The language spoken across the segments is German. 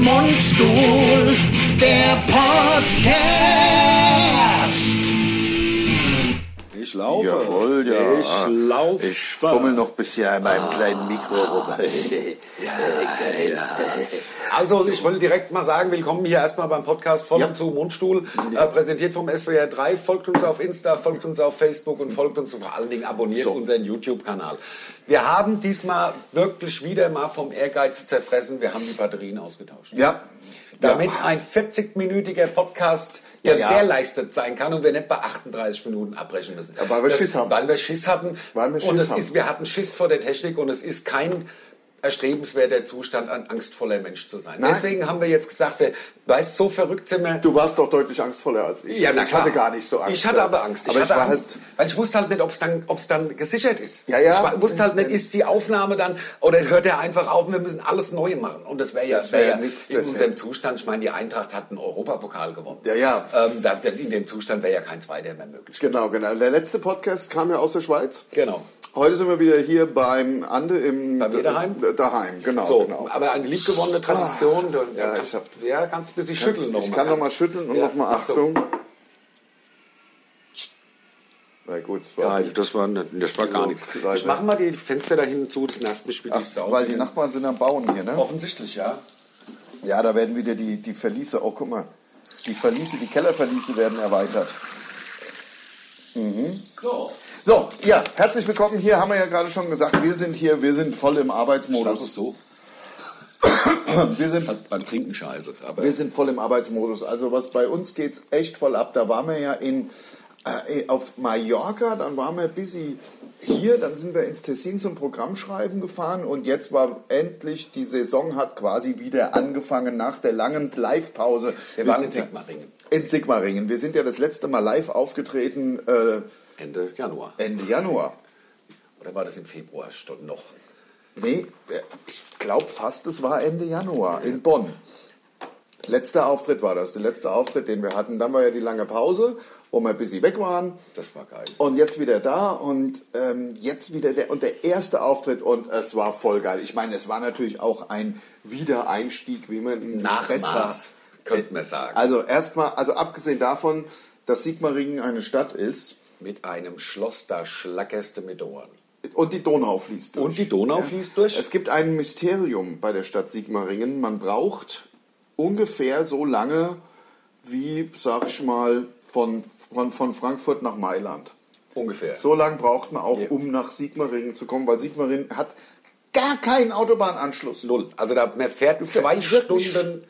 Mundstuhl, der Podcast. Ich laufe. Jawohl, ja. Ich laufe. Ich fummel noch bisher an meinem kleinen Mikro rum. Geil. Also, ich wollte direkt mal sagen, willkommen hier erstmal beim Podcast von Ja. und zu Mundstuhl, äh, präsentiert vom SWR 3. Folgt uns auf Insta, folgt uns auf Facebook und folgt uns und vor allen Dingen abonniert So. unseren YouTube-Kanal. Wir haben diesmal wirklich wieder mal vom Ehrgeiz zerfressen. Wir haben die Batterien ausgetauscht. Ja. Damit Ja. ein 40-minütiger Podcast Ja, ja, ja. gewährleistet sein kann und wir nicht bei 38 Minuten abbrechen müssen. Ja, weil wir das, Schiss haben. Weil wir Schiss hatten. Weil wir und Schiss es haben. Ist, wir hatten Schiss vor der Technik und es ist kein erstrebenswerter Zustand, ein angstvoller Mensch zu sein. Nein. Deswegen haben wir jetzt gesagt, wir, weißt, so verrückt sind wir. Du warst doch deutlich angstvoller als ich. Also na ich klar. hatte gar nicht so Angst. Ich hatte aber Angst. Aber ich, hatte war Angst, halt. weil ich wusste halt nicht, ob es dann, ob's dann gesichert ist. Ja, ja. Ich war, wusste halt nicht, Wenn- ist die Aufnahme dann oder hört er einfach auf und wir müssen alles neu machen. Und das wäre ja, Das wär ja wär nix, in das unserem ja. Zustand. Ich meine, die Eintracht hat einen Europapokal gewonnen. Ja, ja. Ähm, da, in dem Zustand wäre ja kein zweiter mehr möglich. Genau, genau. Der letzte Podcast kam ja aus der Schweiz. Genau. Heute sind wir wieder hier beim Ande im. Bei mir daheim? Daheim, genau. So, genau. aber eine liebgewonnene Tradition. Ah, du, ja, kannst, ich hab- ja, kannst ein bisschen schütteln Ich kann noch mal schütteln und Ja, noch mal Achtung. Na gut, es war Geil, das war, das war gar nichts. Geil, Ich ne? mache mal die Fenster da hinten zu, das nervt mich wie die Ach, Sau. weil die Nachbarn sind am Bauen hier, Oh. ne? Offensichtlich, ja. Ja, da werden wieder die, die Verliese, oh guck mal, die Verliese, die Kellerverliese werden erweitert. So. So, ja, herzlich willkommen hier, haben wir ja gerade schon gesagt, wir sind hier, wir sind voll im Das ist Arbeitsmodus. so. Also- Wir sind, Hat beim Trinken scheiße. Aber wir sind voll im Arbeitsmodus. Also was bei uns geht's echt voll ab. Da waren wir ja in, äh, auf Mallorca, dann waren wir busy hier, dann sind wir ins Tessin zum Programmschreiben gefahren und jetzt war endlich, die Saison hat quasi wieder angefangen nach der langen Live-Pause. wir waren in sind- Sigmaringen. In Sigmaringen. Wir sind ja das letzte Mal live aufgetreten äh, Ende Januar. Ende Januar. Äh, Oder war das im Februar schon noch? Nee, äh, ich glaube fast, es war Ende Januar in Bonn. Letzter Auftritt war das, der letzte Auftritt, den wir hatten. Dann war ja die lange Pause, wo wir ein bisschen weg waren. Das war geil. Und jetzt wieder da und ähm, jetzt wieder der, und der erste Auftritt und es war voll geil. Ich meine, es war natürlich auch ein Wiedereinstieg, wie man ihn sich Nachmaß, besser- könnte man sagen. Also erstmal, also abgesehen davon, dass Sigmaringen eine Stadt ist, Mit einem Schloss, da schlackerste mit Ohren. Und die Donau fließt durch. Und die Donau fließt durch. Es gibt ein Mysterium bei der Stadt Sigmaringen. Man braucht ungefähr so lange wie, sag ich mal, von, von, von Frankfurt nach Mailand. Ungefähr. So lange braucht man auch, um nach Sigmaringen zu kommen, weil Sigmaringen hat gar keinen Autobahnanschluss. Null. Also da, man fährt zwei Wirklich Stunden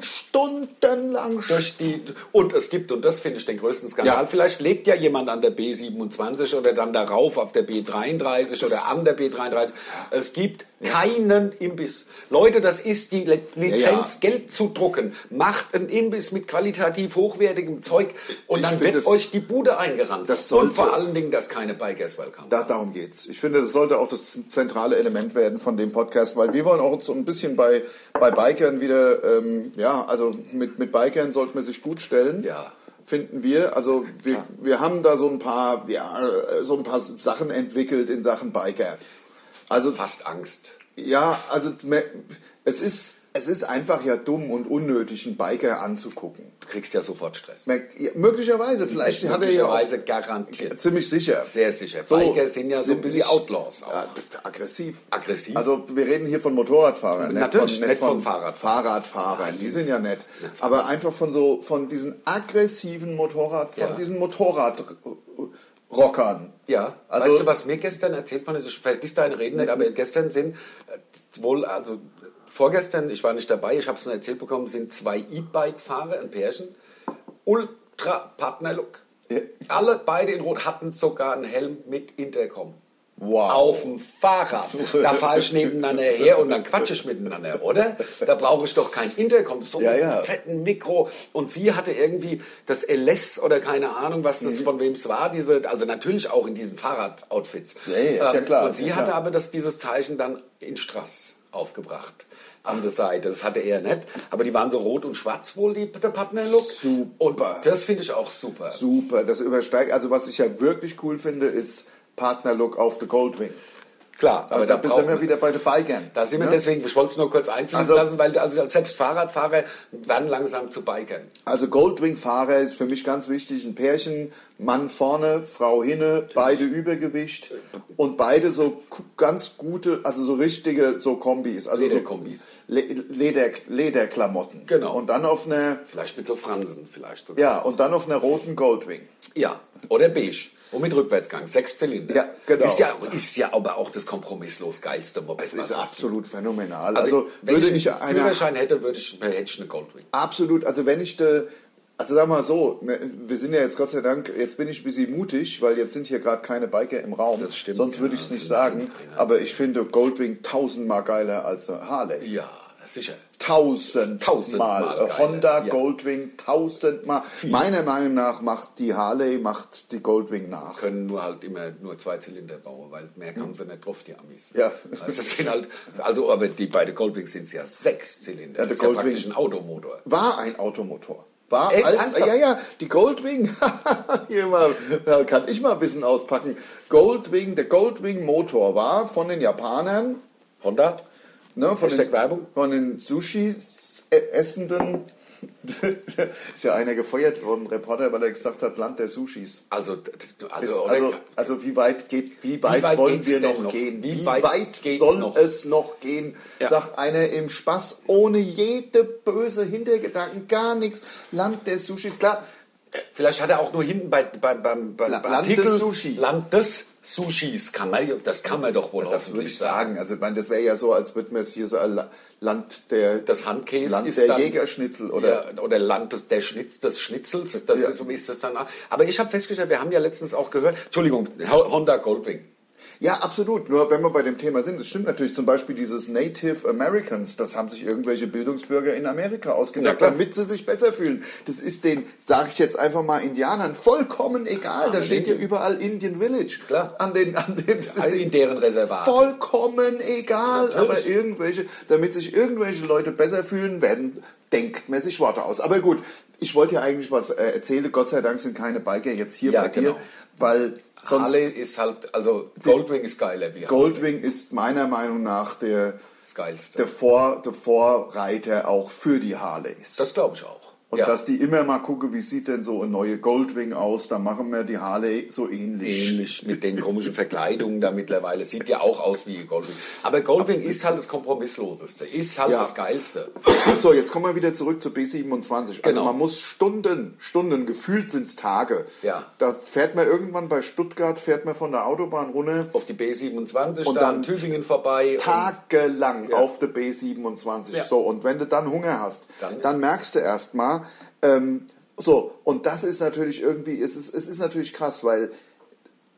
Stunden, stundenlang. durch die. Und es gibt, und das finde ich den größten Skandal, Ja. vielleicht lebt ja jemand an der B27 oder dann darauf auf der B33 oder an der B33. Es gibt keinen Imbiss. Leute, das ist die Le- Lizenz, Geld zu drucken. Macht einen Imbiss mit qualitativ hochwertigem Zeug und Ich dann finde wird das- euch die Bude eingerannt. Das und sollte- vor allen Dingen, dass keine Bikers Welcome. Da, darum geht's. Ich finde, das sollte auch das zentrale Element werden von dem Podcast, weil wir wollen auch so ein bisschen bei, bei Bikern wieder, ähm, ja, also mit, mit Bikern sollte man sich gut stellen. Ja. Finden wir. Also wir, wir haben da so ein paar, ja, äh, so ein paar Sachen entwickelt in Sachen Biker. Also Fast Angst. ja, also me- es ist, es ist einfach ja dumm und unnötig, einen Biker anzugucken. Du kriegst ja sofort Stress. Me- ja, Möglicherweise, vielleicht hat er ja auch Möglicherweise garantiert. ziemlich sicher. Sehr sicher. Biker sind ja so ein bisschen ziemlich- Outlaws auch. Ja, aggressiv. Aggressiv? Also wir reden hier von Motorradfahrern, Natürlich, von, nicht von Fahrradfahrern. Fahrradfahrern, die sind ja nett. Aber einfach von so von diesen aggressiven Motorrad, von Ja. diesen Motorradrockern. Ja, Also- weißt du, was mir gestern erzählt worden ist? Ich vergiss deine Reden nicht, aber gestern sind äh, wohl, also vorgestern, ich war nicht dabei, ich habe es nur erzählt bekommen, sind zwei E-Bike-Fahrer, ein Pärchen, ultra Partnerlook. Ja. Alle beide in Rot hatten sogar einen Helm mit Intercom. Wow. Auf dem Fahrrad. Da fahre ich nebeneinander her und dann quatsche ich miteinander, oder? Da brauche ich doch kein Intercom. So Ja, mit ja. einem fetten Mikro. Und sie hatte irgendwie das LS oder keine Ahnung, was Mhm. das von wem es war. Diese, also natürlich auch in diesen Fahrradoutfits. Ähm, Ja, ja, ist ja klar, Und ist sie ja hatte klar. aber das, dieses Zeichen dann in Strass aufgebracht. An der Seite, das hatte er nicht. Aber die waren so rot und schwarz wohl, die, der Partnerlook. Super. Und das finde ich auch super. Super, das übersteigt. Also was ich ja wirklich cool finde, ist Partnerlook auf der Goldwing. Klar, Aber da sind wir wieder bei den Bikern. Da sind wir ne? deswegen, ich wollte es nur kurz einfließen Also- lassen, weil also selbst Fahrradfahrer werden langsam zu Bikern. Also Goldwing-Fahrer ist für mich ganz wichtig. Ein Pärchen, Mann vorne, Frau hinne, beide Übergewicht und beide so ku- ganz gute, also so richtige so Kombis. Also Lederkombis. So Le Leder Lederklamotten. Genau. Und dann auf einer, Vielleicht mit so Fransen, vielleicht sogar. ja, und dann auf einer roten Goldwing. Ja, oder beige. Und mit Rückwärtsgang, sechs Zylinder. Ja, genau. Ist ja, ist ja aber auch das kompromisslos geilste Moped. Das was ist es absolut phänomenal. gibt. Also, wenn würde ich ich einen einer Führerschein hätte, würde ich, hätte ich eine Goldwing. Absolut, also wenn ich de, also sag mal so, ne, wir sind ja jetzt Gott sei Dank, jetzt bin ich ein bisschen mutig, weil jetzt sind hier gerade keine Biker im Raum. Das stimmt, Sonst ja, würde ich es das nicht sind sagen, keine. aber ich finde Goldwing tausendmal geiler als eine Harley. Ja, sicher. Tausend, Tausendmal Mal. geiler, Honda ja. Goldwing tausendmal. Meiner Meinung nach macht die Harley macht die Goldwing nach. können nur halt immer nur zwei Zylinder bauen, weil mehr kamen sie nicht drauf, die Amis. Hm. Ja. Also, es sind halt, also aber die beiden Goldwings sind ja sechs Zylinder. Ja, das ist der ja Goldwing- praktisch ein Automotor. War ein Automotor. War Echt? als, Ernsthaft? ja, ja, die Goldwing, hier mal, da kann ich mal ein bisschen auspacken. Goldwing, der Goldwing-Motor war von den Japanern, Honda? ne, von, Hashtag den, Werbung. von den Sushi-Essenden. ist ja einer gefeuert worden, Reporter, weil er gesagt hat, Land der Sushis. Also, d- d- also, Ist- oder- also, also wie weit geht, wie weit, weit wollen geht's wir denn noch, noch? gehen? Wie Wie, weit weit, geht's soll noch? es noch gehen? Ja. Sagt einer im Spaß, ohne jede böse Hintergedanken, gar nichts. Land der Sushis, klar. Vielleicht hat er auch nur hinten bei, bei, beim, beim La- beim Land Artikel des Sushi. Land des Sushis. Kann man, das kann man doch wohl Das würde hoffentlich ich sagen. Also, ich meine, das wäre ja so, als würden wir es hier so La- Land der, Das Handkäse Land ist der dann- Jägerschnitzel oder Oder, oder Land des, der Schnitz, des Schnitzels. Das Ja. ist, ist das dann. auch. Aber ich habe festgestellt, wir haben ja letztens auch gehört, Entschuldigung, Honda Goldwing. Ja, absolut. Nur wenn wir bei dem Thema sind, es stimmt natürlich zum Beispiel dieses Native Americans, das haben sich irgendwelche Bildungsbürger in Amerika Ja, ausgedacht, klar. damit sie sich besser fühlen. Das ist den, sage ich jetzt einfach mal, Indianern vollkommen egal. Da in steht ja Indien. überall Indian Village. Klar. An den, an den, das Also in deren Reservat. vollkommen egal. Natürlich. Aber irgendwelche, damit sich irgendwelche Leute besser fühlen, werden denkmäßig Worte aus. Aber gut, ich wollte ja eigentlich was äh, erzählen. Gott sei Dank sind keine Biker jetzt hier Ja, bei dir, genau. weil sonst Harley ist halt, also Goldwing ist geiler wie Harley. Goldwing ist meiner Meinung nach der, Das Geilste. der, Vor, der Vorreiter auch für die Harleys. Das glaube ich auch. Und Ja. dass die immer mal gucken, wie sieht denn so eine neue Goldwing aus, dann machen wir die Harley so ähnlich. ähnlich mit den komischen Verkleidungen da mittlerweile. Sieht ja auch aus wie Goldwing. Aber Goldwing ist halt das Kompromissloseste, ist halt Ja. das Geilste. So, jetzt kommen wir wieder zurück zur B27. Genau. Also man muss Stunden, Stunden, gefühlt sind es Tage. Ja. Da fährt man irgendwann bei Stuttgart, fährt man von der Autobahn runter, Auf die B27 Und dann dann Tübingen vorbei. tagelang Ja. auf der B27. Ja. So, und wenn du dann Hunger hast, Dann- dann, merkst du erstmal, ähm, so, und das ist natürlich irgendwie, es ist, es ist natürlich krass, weil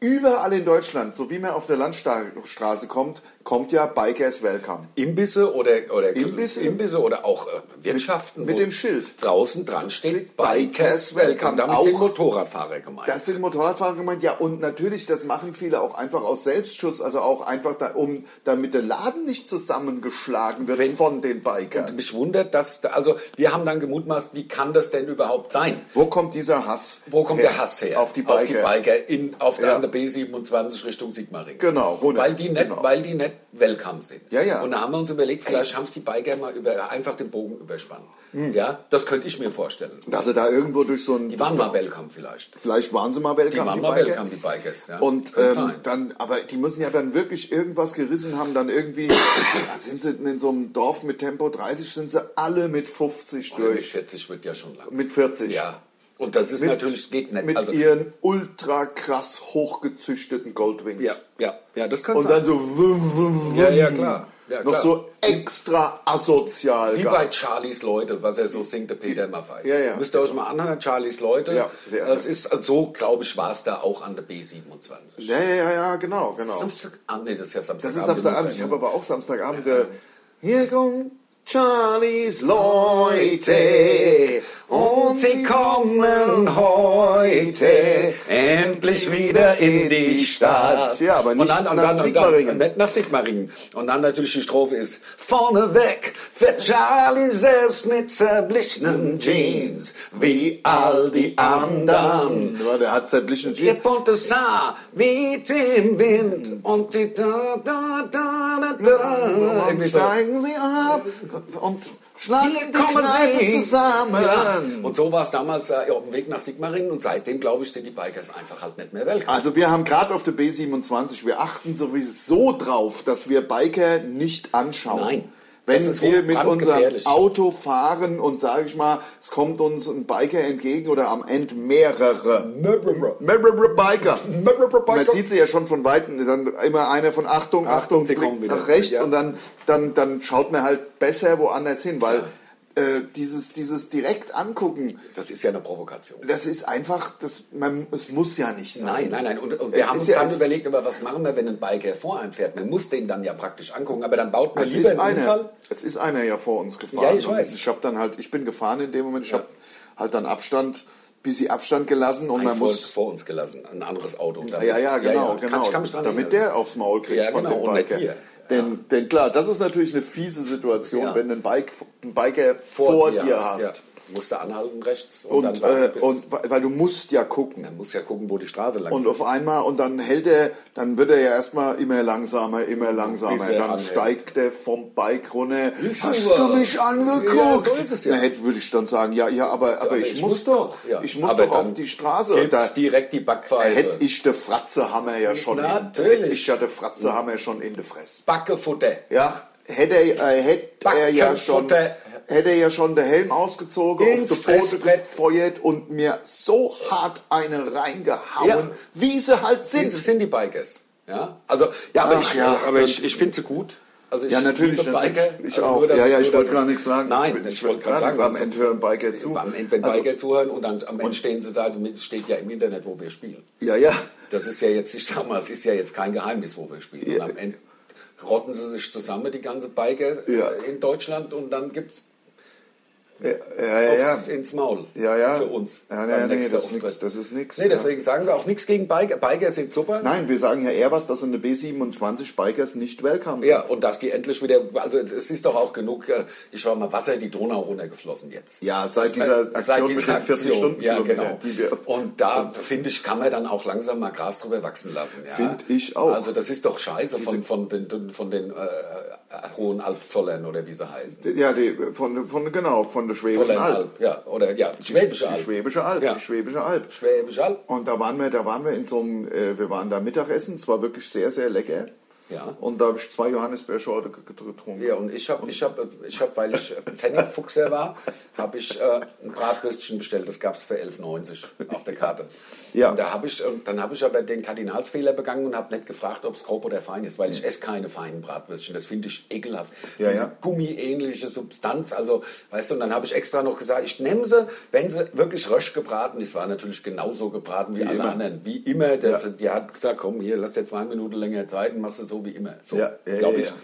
überall in Deutschland, so wie man auf der Landstraße kommt, kommt ja Bikers Welcome. Und Imbisse oder, oder Imbisse? Imbisse oder auch äh, Wirtschaften. Mit wo dem Schild. Draußen dran steht Bikers Welcome. Damit Auch- sind Motorradfahrer gemeint. Das sind Motorradfahrer gemeint, ja, und natürlich, das machen viele auch einfach aus Selbstschutz, also auch einfach, da, um, damit der Laden nicht zusammengeschlagen wird Wenn- von den Bikern. mich wundert, dass, da- also wir haben dann gemutmaßt, wie kann das denn überhaupt sein? Wo kommt dieser Hass Wo kommt her? der Hass her? Auf die Biker. Auf die Biker in, auf der Ja. an der B27 Richtung Sigmaringen. Genau, runter. Weil die nicht, Genau. weil die nicht welcome sind. Ja, ja. Und da haben wir uns überlegt, vielleicht haben es die Biker mal über, einfach den Bogen überspannt. Hm. Ja, das könnte ich mir vorstellen. Dass er da irgendwo durch so ein. Die waren mal welcome vielleicht. Vielleicht waren sie mal welcome. Die waren mal Biker. welcome, die Bikers. Ja. Und Könnte ähm, sein. dann, aber die müssen ja dann wirklich irgendwas gerissen haben, dann irgendwie, da sind sie in so einem Dorf mit Tempo 30, sind sie alle mit 50 Oder mit durch. 40 wird ja schon lang. Mit 40. ja. Und das ist Mit- natürlich, geht nicht. Mit also, ihren ultra krass hochgezüchteten Goldwings. ja, ja, ja, das könnte Und sein. dann so wum, wum, wum, Ja, ja, klar. Ja, noch klar. so extra asozial. Wie Gas. bei Charlies Leute, was er so singt, der Peter Maffay. Ja, ja. Müsst ihr euch mal anhören, Charlies Leute. Ja, ja. Das ist also, so, glaube ich, war es da auch an der B27. ja, ja, ja, ja, genau, genau. Samstagabend, Ah, nee, das ist ja Samstagabend. Das ist Samstagabend. Ich habe aber aber auch Samstagabend. Äh, hier kommen Charlies Leute Und sie kommen heute endlich wieder in die Stadt. Ja, aber nicht nach Sigmaringen. Und dann, nicht nach Sigmaringen. Und dann natürlich die Strophe ist Vorneweg fährt Charlie selbst mit zerblichenen Jeans wie all die anderen. Ja, der hat zerblichene Ihr Jeans. buntes Haar weht im Wind und die da da da da da. Irgendwie so. Steigen Sie ab und schlagen Hier die kommen Kneipen sie zusammen. Ja. Und so war es damals äh, auf dem Weg nach Sigmaringen und seitdem, glaube ich, sind die Bikers einfach halt nicht mehr weltweit. Also wir haben gerade auf der B27, wir achten sowieso drauf, dass wir Biker nicht anschauen. Nein. Wenn Das ist wir mit unserem brandgefährlich. Auto fahren und sage ich mal, es kommt uns ein Biker entgegen oder am Ende mehrere. Mehrere. Mehrere Biker. Mehrere Biker. Man sieht sie ja schon von Weitem, dann immer einer von Achtung, Achtung, Achtung, sie blickt kommen wieder. nach rechts Ja. und dann, dann, dann schaut man halt besser woanders hin, weil äh, dieses, dieses direkt angucken, Das ist ja eine Provokation. das ist einfach, das, man, es muss ja nicht sein. Nein, nein, nein. Und, und Es wir haben ist uns ja- dann es- überlegt, aber was machen wir, wenn ein Biker vor einem fährt? Man muss den dann ja praktisch angucken, aber dann baut man Es lieber ist einen einer. Unfall. Es ist einer ja vor uns gefahren. Ja, ich Und weiß. Ich habe dann halt, ich bin gefahren in dem Moment. Ich hab habe halt dann Abstand, bis sie Abstand gelassen und Ein man Volk muss. vor uns gelassen, ein anderes Auto. Und dann- Ja, ja, genau, Kann- genau. ich kann mich dran also. damit erinnern. der aufs Maul kriegt Ja, von genau, dem und nicht Biker. wir. Denn, denn klar, das ist natürlich eine fiese Situation, Ja. wenn du einen, Bike, einen Biker vor, dir hast. Ja. Musst du anhalten rechts und, Und, dann warten, äh, bis- und weil weil du musst ja gucken. man muss ja gucken, wo die Straße lang Und auf einmal, und dann hält er, dann wird er ja erstmal immer langsamer, immer langsamer. Bis er Dann anhält. steigt er vom Bike runter. Ist Hast super. du mich angeguckt? Ja, so ist es ja. Na, hätte, würde ich dann sagen, ja, ja, aber, aber, ich, muss doch, ja. ich muss Aber doch auf dann die Straße. Und da Gibt's direkt die Backpfeife. hätte ich den Fratzehammer ja schon. Natürlich. In, hätte ich ja den Fratzehammer schon in der Fresse. Backefutter. Ja, hätte er, äh, hätte er ja schon, Backenfutter. hätte er ja schon den Helm ausgezogen, Ins auf den Boden Fressbrett. gefeuert und mir so hart eine reingehauen, Ja. wie sie halt sind. Diese sind die Bikers. Ja, also, ja, aber Ach ich, ja, aber das- ich, ich finde sie gut. Also ich Ja, natürlich, liebe natürlich. Biker. Ich Also auch. nur, dass- Ja, ja, nur, ich wollte dass- gar nichts sagen. Ich Nein, bin- ich, ich wollte wollte gerade sagen, gerade sagen, was am Ende sonst- hören Biker zu. Am Ende, wenn Also- Biker zuhören und dann am Ende stehen sie da, damit steht ja im Internet, wo wir spielen. Ja, ja. Das ist ja jetzt, ich sag mal, es ist ja jetzt kein Geheimnis, wo wir spielen. Ja. Und am Ende rotten sie sich zusammen, die ganze Biker äh, Ja. in Deutschland und dann gibt's Ja, ja, ja. aufs, ins Maul. Ja, ja. Für uns. Ja, beim ja, nee, nächsten das ist Auftritt. nix, das ist nix, Nee, deswegen sagen wir auch nichts gegen Biker. Biker sind super. Nein, wir sagen ja eher was, dass in der B27 Bikers nicht welcome sind. Ja, und dass die endlich wieder, also es ist doch auch genug, äh, ich war mal Wasser die Donau runtergeflossen jetzt. Ja, seit dieser Aktion mit den 40 ja, Stundenkilometern, genau. die wir- Und da, finde ich, kann man dann auch langsam mal Gras drüber wachsen lassen. Ja? Find ich auch. Also das ist doch scheiße von, von den, von den äh, hohen Alpzollern oder wie sie heißen. Ja, die, von, von, genau, von der Schwäbischen Alb. Zollernalp, ja. Oder ja, Schwäbische Die Alb. Schwäbische Alb, Ja. die Schwäbische Alb. Schwäbische Alb. Und da waren wir, da waren wir in so einem, äh, wir waren da Mittagessen, es war wirklich sehr, sehr lecker. Ja. Und da habe ich zwei Johannisbeerschorte ge- getrunken. Ja, und ich habe, ich hab, ich hab, weil ich Pfennigfuchser war, habe ich äh, ein Bratwürstchen bestellt. Das gab es für 11,90 auf der Karte. Ja. Und da hab ich, und dann habe ich aber den Kardinalsfehler begangen und habe nicht gefragt, ob es grob oder fein ist, weil ich esse keine feinen Bratwürstchen. Das finde ich ekelhaft. Hm. Ja, Diese ja. gummiähnliche Substanz. Also, weißt du, und dann habe ich extra noch gesagt, ich nehme sie, wenn sie wirklich rösch gebraten ist. War natürlich genauso gebraten wie, alle immer. anderen. Wie immer. Das, Ja. Die hat gesagt, komm, hier, lass dir zwei Minuten länger Zeit und mach sie so wie immer. So, Ja, ja, glaube ja, ich. ja.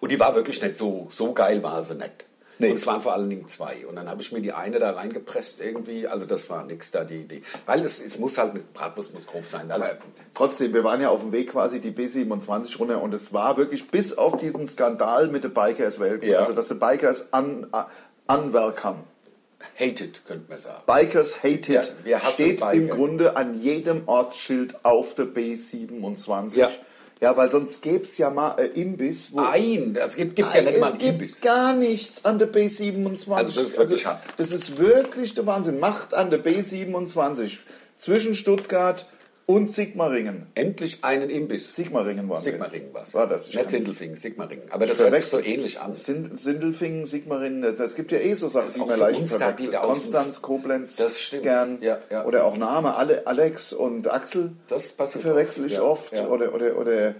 Und die war wirklich nicht so, so geil war sie nicht. Nee. Und es waren vor allen Dingen zwei. Und dann habe ich mir die eine da reingepresst irgendwie. Also das war nix da, die, die. Weil es, es muss halt, eine Bratwurst muss grob sein. Also, Aber Äh, trotzdem, wir waren ja auf dem Weg quasi die B27 runter und es war wirklich bis auf diesen Skandal mit den Bikers Welt, Ja. also dass die Bikers un, uh, unwelcome, hated, könnte man sagen. Bikers hated, Ja, wir hassen steht Biker. im Grunde an jedem Ortsschild auf der B27. Ja. Ah, Ja, weil sonst gäbe es ja mal ein Imbiss, wo... Nein, es gibt, gibt ja Nein, nicht mal es einen gibt Imbiss. gar nichts an der B27. Also das ist wirklich hart. Das ist wirklich der Wahnsinn. Macht an der B27 zwischen Stuttgart und Sigmaringen. Endlich einen Imbiss. Sigmaringen war Sigmaringen war es. War das? Ich Nicht kann- Sindelfingen, Sigmaringen. Aber das hört sich so Verwechsel- ähnlich an. Sin- Sindelfingen, Sigmaringen, das gibt ja eh so Sachen, die auch man für leicht uns da verwechselt. wieder aus- Konstanz, Koblenz, Das stimmt. Gern. Ja, ja. Oder auch Name, alle, Alex und Axel. Das passiert Verwechsel oft, ich ja, oft. ja. Oder, oder, oder,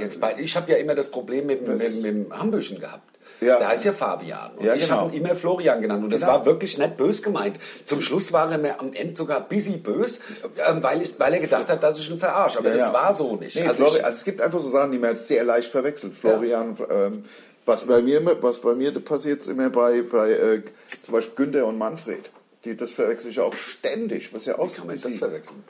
Jetzt bei, ich habe ja immer das Problem mit, dem- mit, mit dem Hambüchen gehabt. Ja. Da ist ja Fabian. Und Ja, ich genau. habe ihn immer Florian genannt. Und das Genau. war wirklich nicht bös gemeint. Zum Schluss war er mir am Ende sogar busy bös, ähm, weil, ich, weil er gedacht hat, dass ich ihn verarsche. Aber Ja, das ja. war so nicht. Nee, also Flori- ich, also es gibt einfach so Sachen, die man sehr leicht verwechselt. Florian, ähm, Was bei mir, immer- was bei mir passiert, ist immer bei, bei äh, zum Beispiel Günther und Manfred. Die, das verwechsel ich auch ständig. Was ja auch Wie kann man das verwechseln?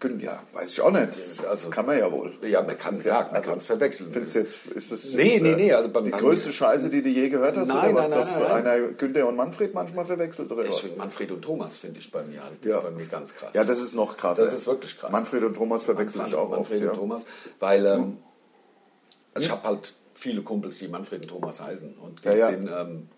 Gün, ja, weiß ich auch nicht. Also kann man ja wohl. Ja, man kann- es ja, man kann's verwechseln. also Findest du jetzt, ist das Nee, jetzt, nee, äh, nee, also beim- die beim- größte Scheiße, die du je gehört hast, Nein, oder was, nein, dass nein, nein. einer Günther und Manfred manchmal verwechselt oder Ich was? find Manfred und Thomas finde ich bei mir halt. Das Ja. ist bei mir ganz krass. Ja, das ist noch krasser. Das ist wirklich krass. Manfred und Thomas verwechsel ich auch Manfred und oft. ja. Thomas, weil ähm, ich habe halt viele Kumpels, die Manfred und Thomas heißen und die Ja, ja. sind ähm,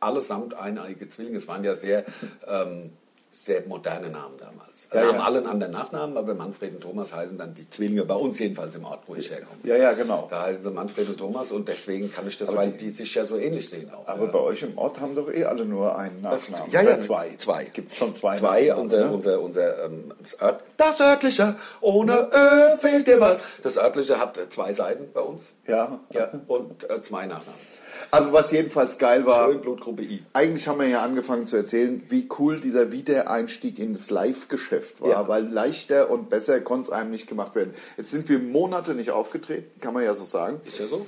allesamt eineige Zwillinge. Es waren ja sehr ähm, sehr moderne Namen damals. Also Ja, ja. haben alle einen anderen Nachnamen, aber Manfred und Thomas heißen dann die Zwillinge bei uns jedenfalls im Ort, wo ich herkomme. Ja, ja, genau. Da heißen sie Manfred und Thomas und deswegen kann ich das, weil die, sich ja so ähnlich sehen auch. Aber ja. bei euch im Ort haben doch eh alle nur einen Das- Nachnamen. Ja, ja, Oder zwei. Zwei. Gibt schon zwei. Zwei, Nachnamen, unser, ne? unser, unser ähm, das, Ört, das örtliche, ohne Ö fehlt dir was. Das örtliche hat äh, zwei Seiten bei uns. Ja. Ja, und äh, zwei Nachnamen. Also was jedenfalls geil war, Schön Blutgruppe I. eigentlich haben wir ja angefangen zu erzählen, wie cool dieser Wiedereinstieg in das Live-Geschäft war, Ja. weil leichter und besser konnte es einem nicht gemacht werden. Jetzt sind wir Monate nicht aufgetreten, kann man ja so sagen. Ist ja so.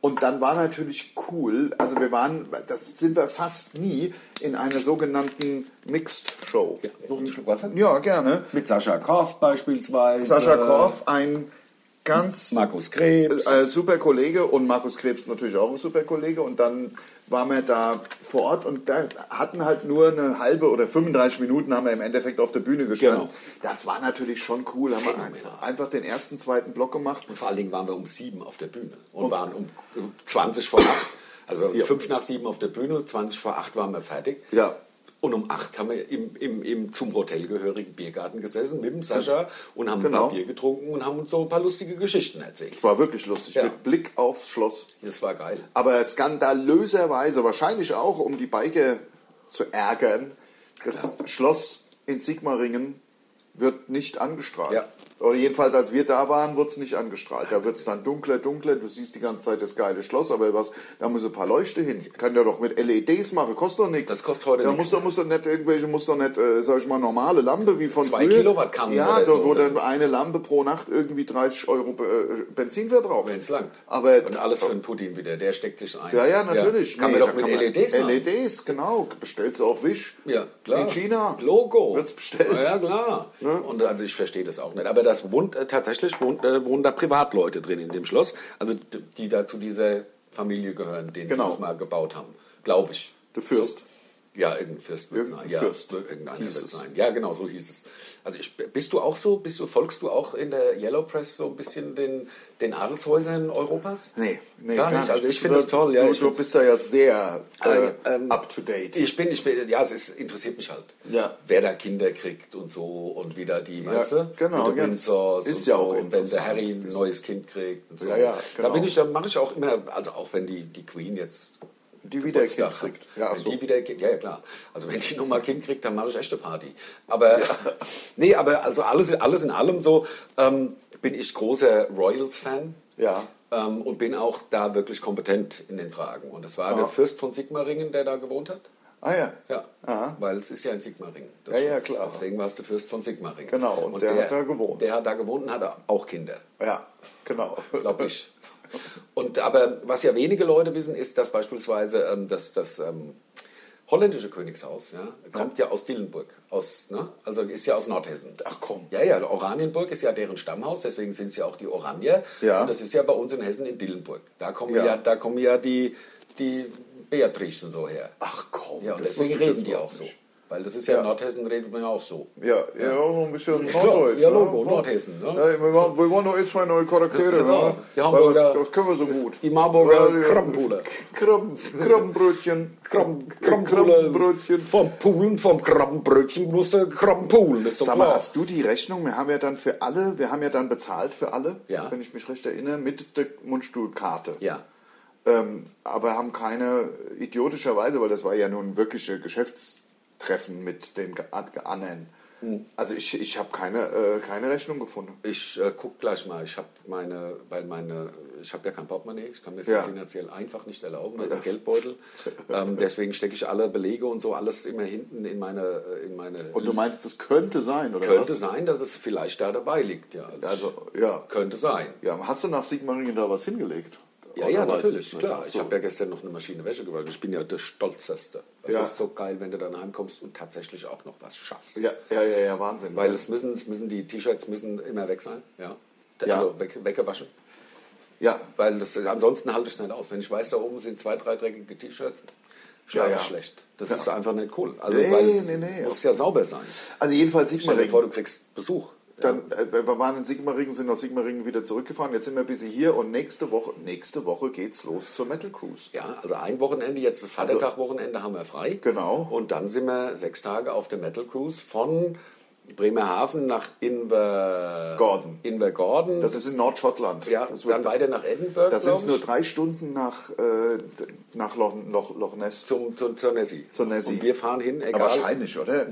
Und dann war natürlich cool, also wir waren, das sind wir fast nie, in einer sogenannten Mixed-Show. Ja, noch einen Schluck Wasser? Ja, gerne. Mit Sascha Korf beispielsweise. Sascha Korf, ein ganz Markus Krebs. äh, super Kollege und Markus Krebs natürlich auch ein super Kollege. Und dann waren wir da vor Ort und da hatten halt nur eine halbe oder 35 Minuten haben wir im Endeffekt auf der Bühne gestanden. Genau. Das war natürlich schon cool. Haben wir einfach, einfach den ersten, zweiten Block gemacht. Und vor allen Dingen waren wir um sieben auf der Bühne und waren um äh, 20 vor acht. Also Sieben. fünf nach sieben auf der Bühne, 20 vor acht waren wir fertig. Ja. Und um acht haben wir im, im, im zum Hotel gehörigen Biergarten gesessen mit dem Sascha und haben Genau. ein paar Bier getrunken und haben uns so ein paar lustige Geschichten erzählt. Es war wirklich lustig. Ja. Mit Blick aufs Schloss. Das war geil. Aber skandalöserweise, wahrscheinlich auch, um die Biker zu ärgern, das Schloss in Sigmaringen wird nicht angestrahlt. Ja. Oder jedenfalls, als wir da waren, wurde es nicht angestrahlt. Da wird es dann dunkler, dunkler. Du siehst die ganze Zeit das geile Schloss, aber was, da muss ein paar Leuchte hin. Kann ja doch mit LEDs machen, kostet doch nichts. Das kostet heute ne? da nichts Muss doch, muss doch nicht irgendwelche, muss doch nicht, äh, sag ich mal, normale Lampe wie von Zwei früher. Kilowatt kann Ja, oder da, so, wo oder? dann eine Lampe pro Nacht irgendwie 30 Euro äh, Benzin verbraucht. Wenn's langt. Aber und alles für den Putin wieder, der steckt sich ein. ja, ja, natürlich. Kann Nee, man doch mit da kann man- LEDs machen. LEDs, genau. Bestellst du auf Wish. Ja, klar. In China. Logo. Ah, Wird's bestellt. Ja, klar. Und also ich verstehe das auch nicht. Aber das wohnt äh, tatsächlich wohnt, äh, wohnen da Privatleute drin in dem Schloss. Also d- die da zu dieser Familie gehören, den Genau. die das mal gebaut haben. Glaube ich. Der Fürst. So, ja, irgendein Fürst wird sein. Irgendein Ja, Fürst irgendeiner hieß wird es. sein. Ja, genau, so hieß es. Also ich, bist du auch so, bist du, folgst du auch in der Yellow Press so ein bisschen den, den Adelshäusern Europas? Nee, nee, gar, nicht. Also ich finde das toll. Ja, du, ich du find's- bist da ja sehr äh, äh, ähm, up to date. Ich bin, ich bin, ja, es ist, interessiert mich halt. Ja. Wer da Kinder kriegt und so und wieder die, weißt du? genau, Mit den ja. Windsors Ist und ja so. auch Und wenn der interessant. Harry ein neues Kind kriegt und so. Ja, ja, Da genau. bin ich, da mache ich auch immer, also auch wenn die, die Queen jetzt. Die wieder ein Kind Geburtstag kriegt. Hat. Ja, ach wenn so. Äh, die wieder, ja, ja, klar. Also wenn die nochmal Kind kriegt, dann mache ich echte Party. Aber, nee, aber also alles, alles in allem so, ähm, bin ich großer Royals-Fan. Ja. Ähm, und bin auch da wirklich kompetent in den Fragen. Und das war der Fürst von Sigmaringen, der da gewohnt hat. ah ja. Ja, Aha. weil es ist ja ein Sigmaring. das Ja, ja, Schloss. klar. Deswegen warst du Fürst von Sigmaring. Genau, und der hat da gewohnt. Der hat da gewohnt und hat auch Kinder, Ja, genau. glaube ich. und, aber was ja wenige Leute wissen, ist, dass beispielsweise ähm, das, das ähm, holländische Königshaus ja, kommt ja, aus Dillenburg. Aus, ne? Also ist ja aus Nordhessen. Ach komm. Ja, ja, Oranienburg ist ja deren Stammhaus, deswegen sind es ja auch die Oranier. Ja. Und das ist ja bei uns in Hessen in Dillenburg. Da kommen ja, Ja. da kommen ja die, die Beatrice und so her. Ach komm. Ja, und das deswegen wusste ich reden jetzt die auch überhaupt so. nicht. Weil das ist ja, in Ja. Nordhessen redet man ja auch so. Ja, ja, auch noch ein bisschen Klar, Norddeutsch. ja, ne? Äh. Logo, Nordhessen, ne? Ja, wir, wollen, wir wollen doch eh zwei neue Charaktere. Genau. Ne? Die Weil Hamburger- was, das können wir so gut. die Marburger Ja, die- Krabbenbrüder. Krabben, Krabbenbrötchen. Krabben- Krabbenbrötchen. Vom Pool, vom Krabbenbrötchen musst du Krabbenpool. Ist doch Sag mal, klar. hast du die Rechnung? Wir haben ja dann für alle, wir haben ja dann bezahlt für alle, Ja. wenn ich mich recht erinnere, mit der Mundstuhlkarte. Ja. Ähm, aber haben keine, idiotischerweise, weil das war ja nun wirkliche Geschäftstreffen mit den Ge- anderen. Also ich, ich habe keine, äh, keine Rechnung gefunden. Ich äh, guck gleich mal. Ich habe meine, weil meine, ich habe ja kein Portemonnaie. Ich kann mir das Ja. finanziell einfach nicht erlauben, also Geldbeutel. Ähm, deswegen stecke ich alle Belege und so alles immer hinten in meine, in meine. Und du meinst, das könnte sein, oder könnte was? sein, dass es vielleicht da dabei liegt. Ja. Also, ja. könnte sein. ja. Hast du nach Sigmaringen da was hingelegt? Ja, ja, Oder weiß natürlich, nicht, klar. ne? Ich habe ja gestern noch eine Maschine Wäsche gewaschen. Ich bin ja der Stolzeste. Es Ja. ist so geil, wenn du dann heimkommst und tatsächlich auch noch was schaffst. Ja, ja, ja, ja, Wahnsinn. Weil es müssen, es müssen die T-Shirts müssen immer weg sein. Ja. Ja. Also weg, weggewaschen. ja, Weil das, ansonsten halte ich es nicht aus. Wenn ich weiß, da oben sind zwei, drei dreckige T-Shirts, schlafe Ja, ja. ich schlecht. Das ist einfach nicht cool. Also, Nee, weil nee, nee. muss ja sauber sein. also jedenfalls Stell dir vor, Sigmaringen. du kriegst Besuch. Dann, äh, wir waren in Sigmaringen, sind aus Sigmaringen wieder zurückgefahren. Jetzt sind wir ein bisschen hier und nächste Woche, nächste Woche geht's los zur Metal Cruise. Ja, also ein Wochenende, jetzt das Vatertag-Wochenende haben wir frei. Also- Genau. Und dann sind wir sechs Tage auf der Metal Cruise von Bremerhaven nach Inver... Gordon. Invergordon. Das ist in Nordschottland. ja, das dann weiter nach Edinburgh, Da sind es glaub nur ich, drei Stunden nach, äh, nach Loch, Loch, Loch Ness. zum, zum, zur Nessie. Zur Nessie. Und wir fahren hin, egal. Hm. Aber wahrscheinlich, oder?